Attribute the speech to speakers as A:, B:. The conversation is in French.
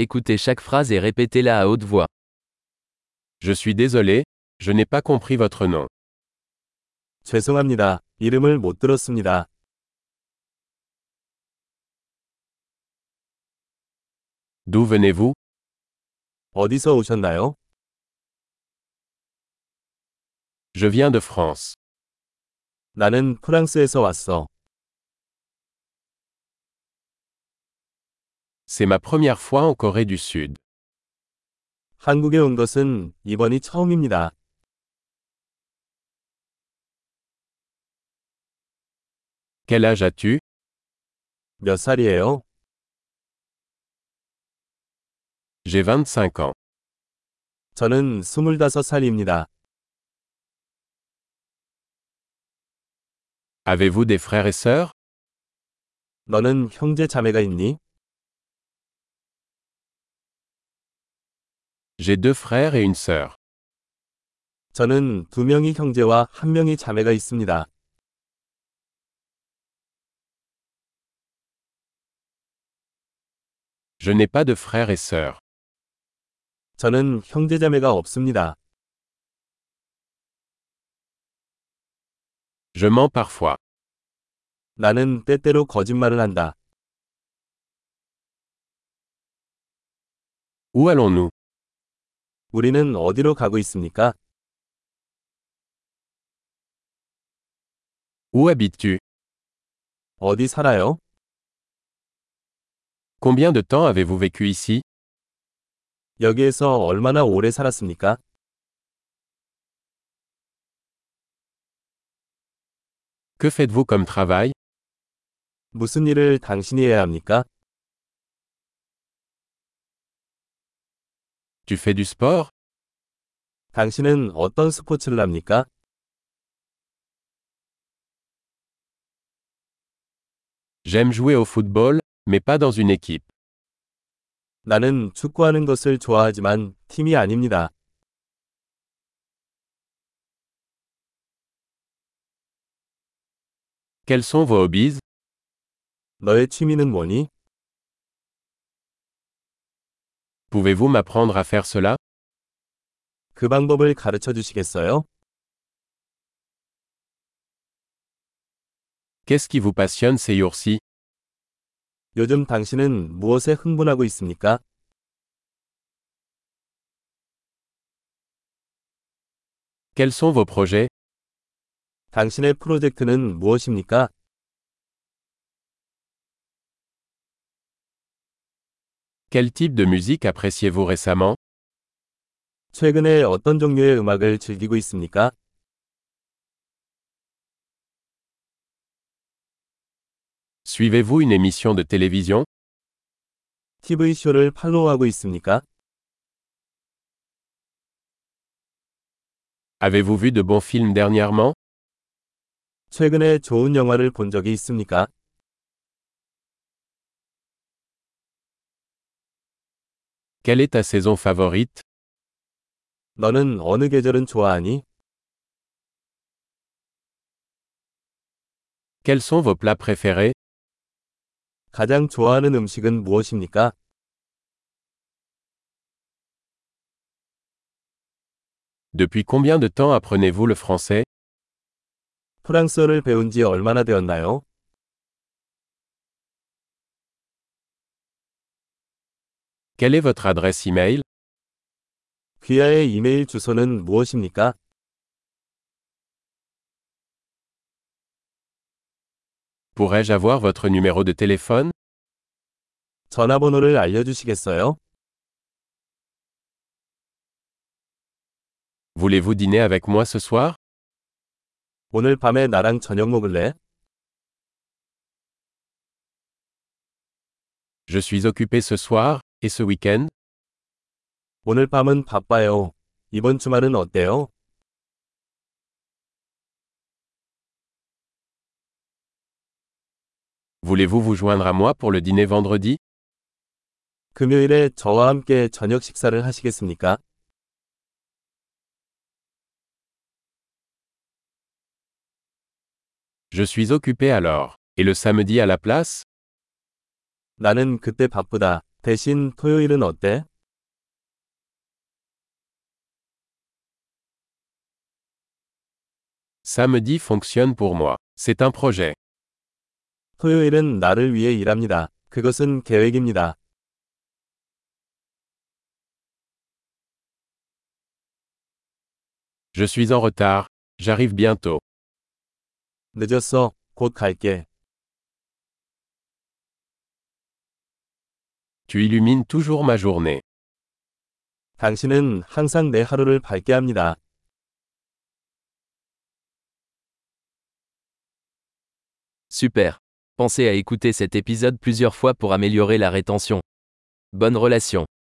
A: Écoutez chaque phrase et répétez-la à haute voix.
B: Je suis désolé, je n'ai pas compris votre nom.
C: 죄송합니다. 이름을 못 들었습니다.
B: D'où venez-vous
C: 어디서 오셨나요?
B: Je viens de France.
C: 나는 프랑스에서 왔어.
B: C'est ma première fois en Corée du Sud.
C: 한국에 온 것은 이번이 처음입니다.
B: Quel âge as-tu
C: 몇 살이에요?
B: J'ai 25 ans.
C: 저는 25살입니다.
B: Avez-vous des frères et sœurs
C: 너는 형제 자매가 있니?
B: J'ai deux frères et une sœur.
C: 저는 두 명이 형제와 한 명이 자매가 있습니다.
B: Je n'ai pas de frères et sœurs.
C: 저는 형제 자매가 없습니다.
B: Je mens parfois.
C: 나는 때때로 거짓말을 한다.
B: Où allons-nous
C: 우리는 어디로 가고 있습니까?
B: Où habites-tu
C: 어디 살아요?
B: Combien de temps avez-vous vécu ici
C: 여기에서 얼마나 오래 살았습니까?
B: Que faites-vous comme travail
C: 무슨 일을 당신이 해야 합니까?
B: Tu fais du sport
C: 당신은 어떤 스포츠를 합니까?
B: J'aime jouer au football, mais pas dans une équipe.
C: 나는 축구하는 것을 좋아하지만 팀이 아닙니다.
B: Quels sont vos hobbies
C: 너의 취미는 뭐니?
B: Pouvez-vous m'apprendre à faire cela
C: 그 방법을 가르쳐 주시겠어요?
B: Qu'est-ce qui vous passionne ces jours-ci
C: 요즘 당신은 무엇에 흥분하고 있습니까?
B: Quels sont vos projets
C: 당신의 프로젝트는 무엇입니까?
B: Quel type de musique appréciez-vous récemment
C: 최근에 어떤 종류의 음악을 즐기고 있습니까?
B: Suivez-vous une émission de télévision
C: TV쇼를 팔로우하고 있습니까?
B: Avez-vous vu de bons films dernièrement
C: 최근에 좋은 영화를 본 적이 있습니까?
B: Quelle est ta saison favorite
C: 너는 어느 계절은 좋아하니?
B: Quels sont vos plats préférés
C: 가장 좋아하는 음식은 무엇입니까?
B: Depuis combien de temps apprenez-vous le français
C: 프랑스어를 배운 지 얼마나 되었나요?
B: Quelle est votre adresse e-mail
C: 귀하의 이메일 주소는 무엇입니까?
B: Pourrais-je avoir votre numéro de téléphone
C: 전화번호를 알려주시겠어요?
B: Voulez-vous dîner avec moi ce soir
C: 오늘 밤에 나랑 저녁 먹을래?
B: Je suis occupé ce soir, et ce week-end
C: 오늘 밤은 바빠요. 이번 주말은 어때요?
B: Voulez-vous vous joindre à moi pour le dîner vendredi
C: 금요일에 저와 함께 저녁 식사를 하시겠습니까?
B: Je suis occupé alors. Et le samedi à la place
C: 나는 그때 바쁘다. 대신 토요일은 어때?
B: Samedi fonctionne pour moi. C'est un projet.
C: 토요일은 나를 위해 일합니다. 그것은 계획입니다.
B: Je suis en retard. J'arrive bientôt.
C: 늦었어. 곧 갈게.
B: Tu illumines toujours ma journée.
C: 당신은 항상 내 하루를 밝게 합니다.
A: Super. Pensez à écouter cet épisode plusieurs fois pour améliorer la rétention. Bonne relation.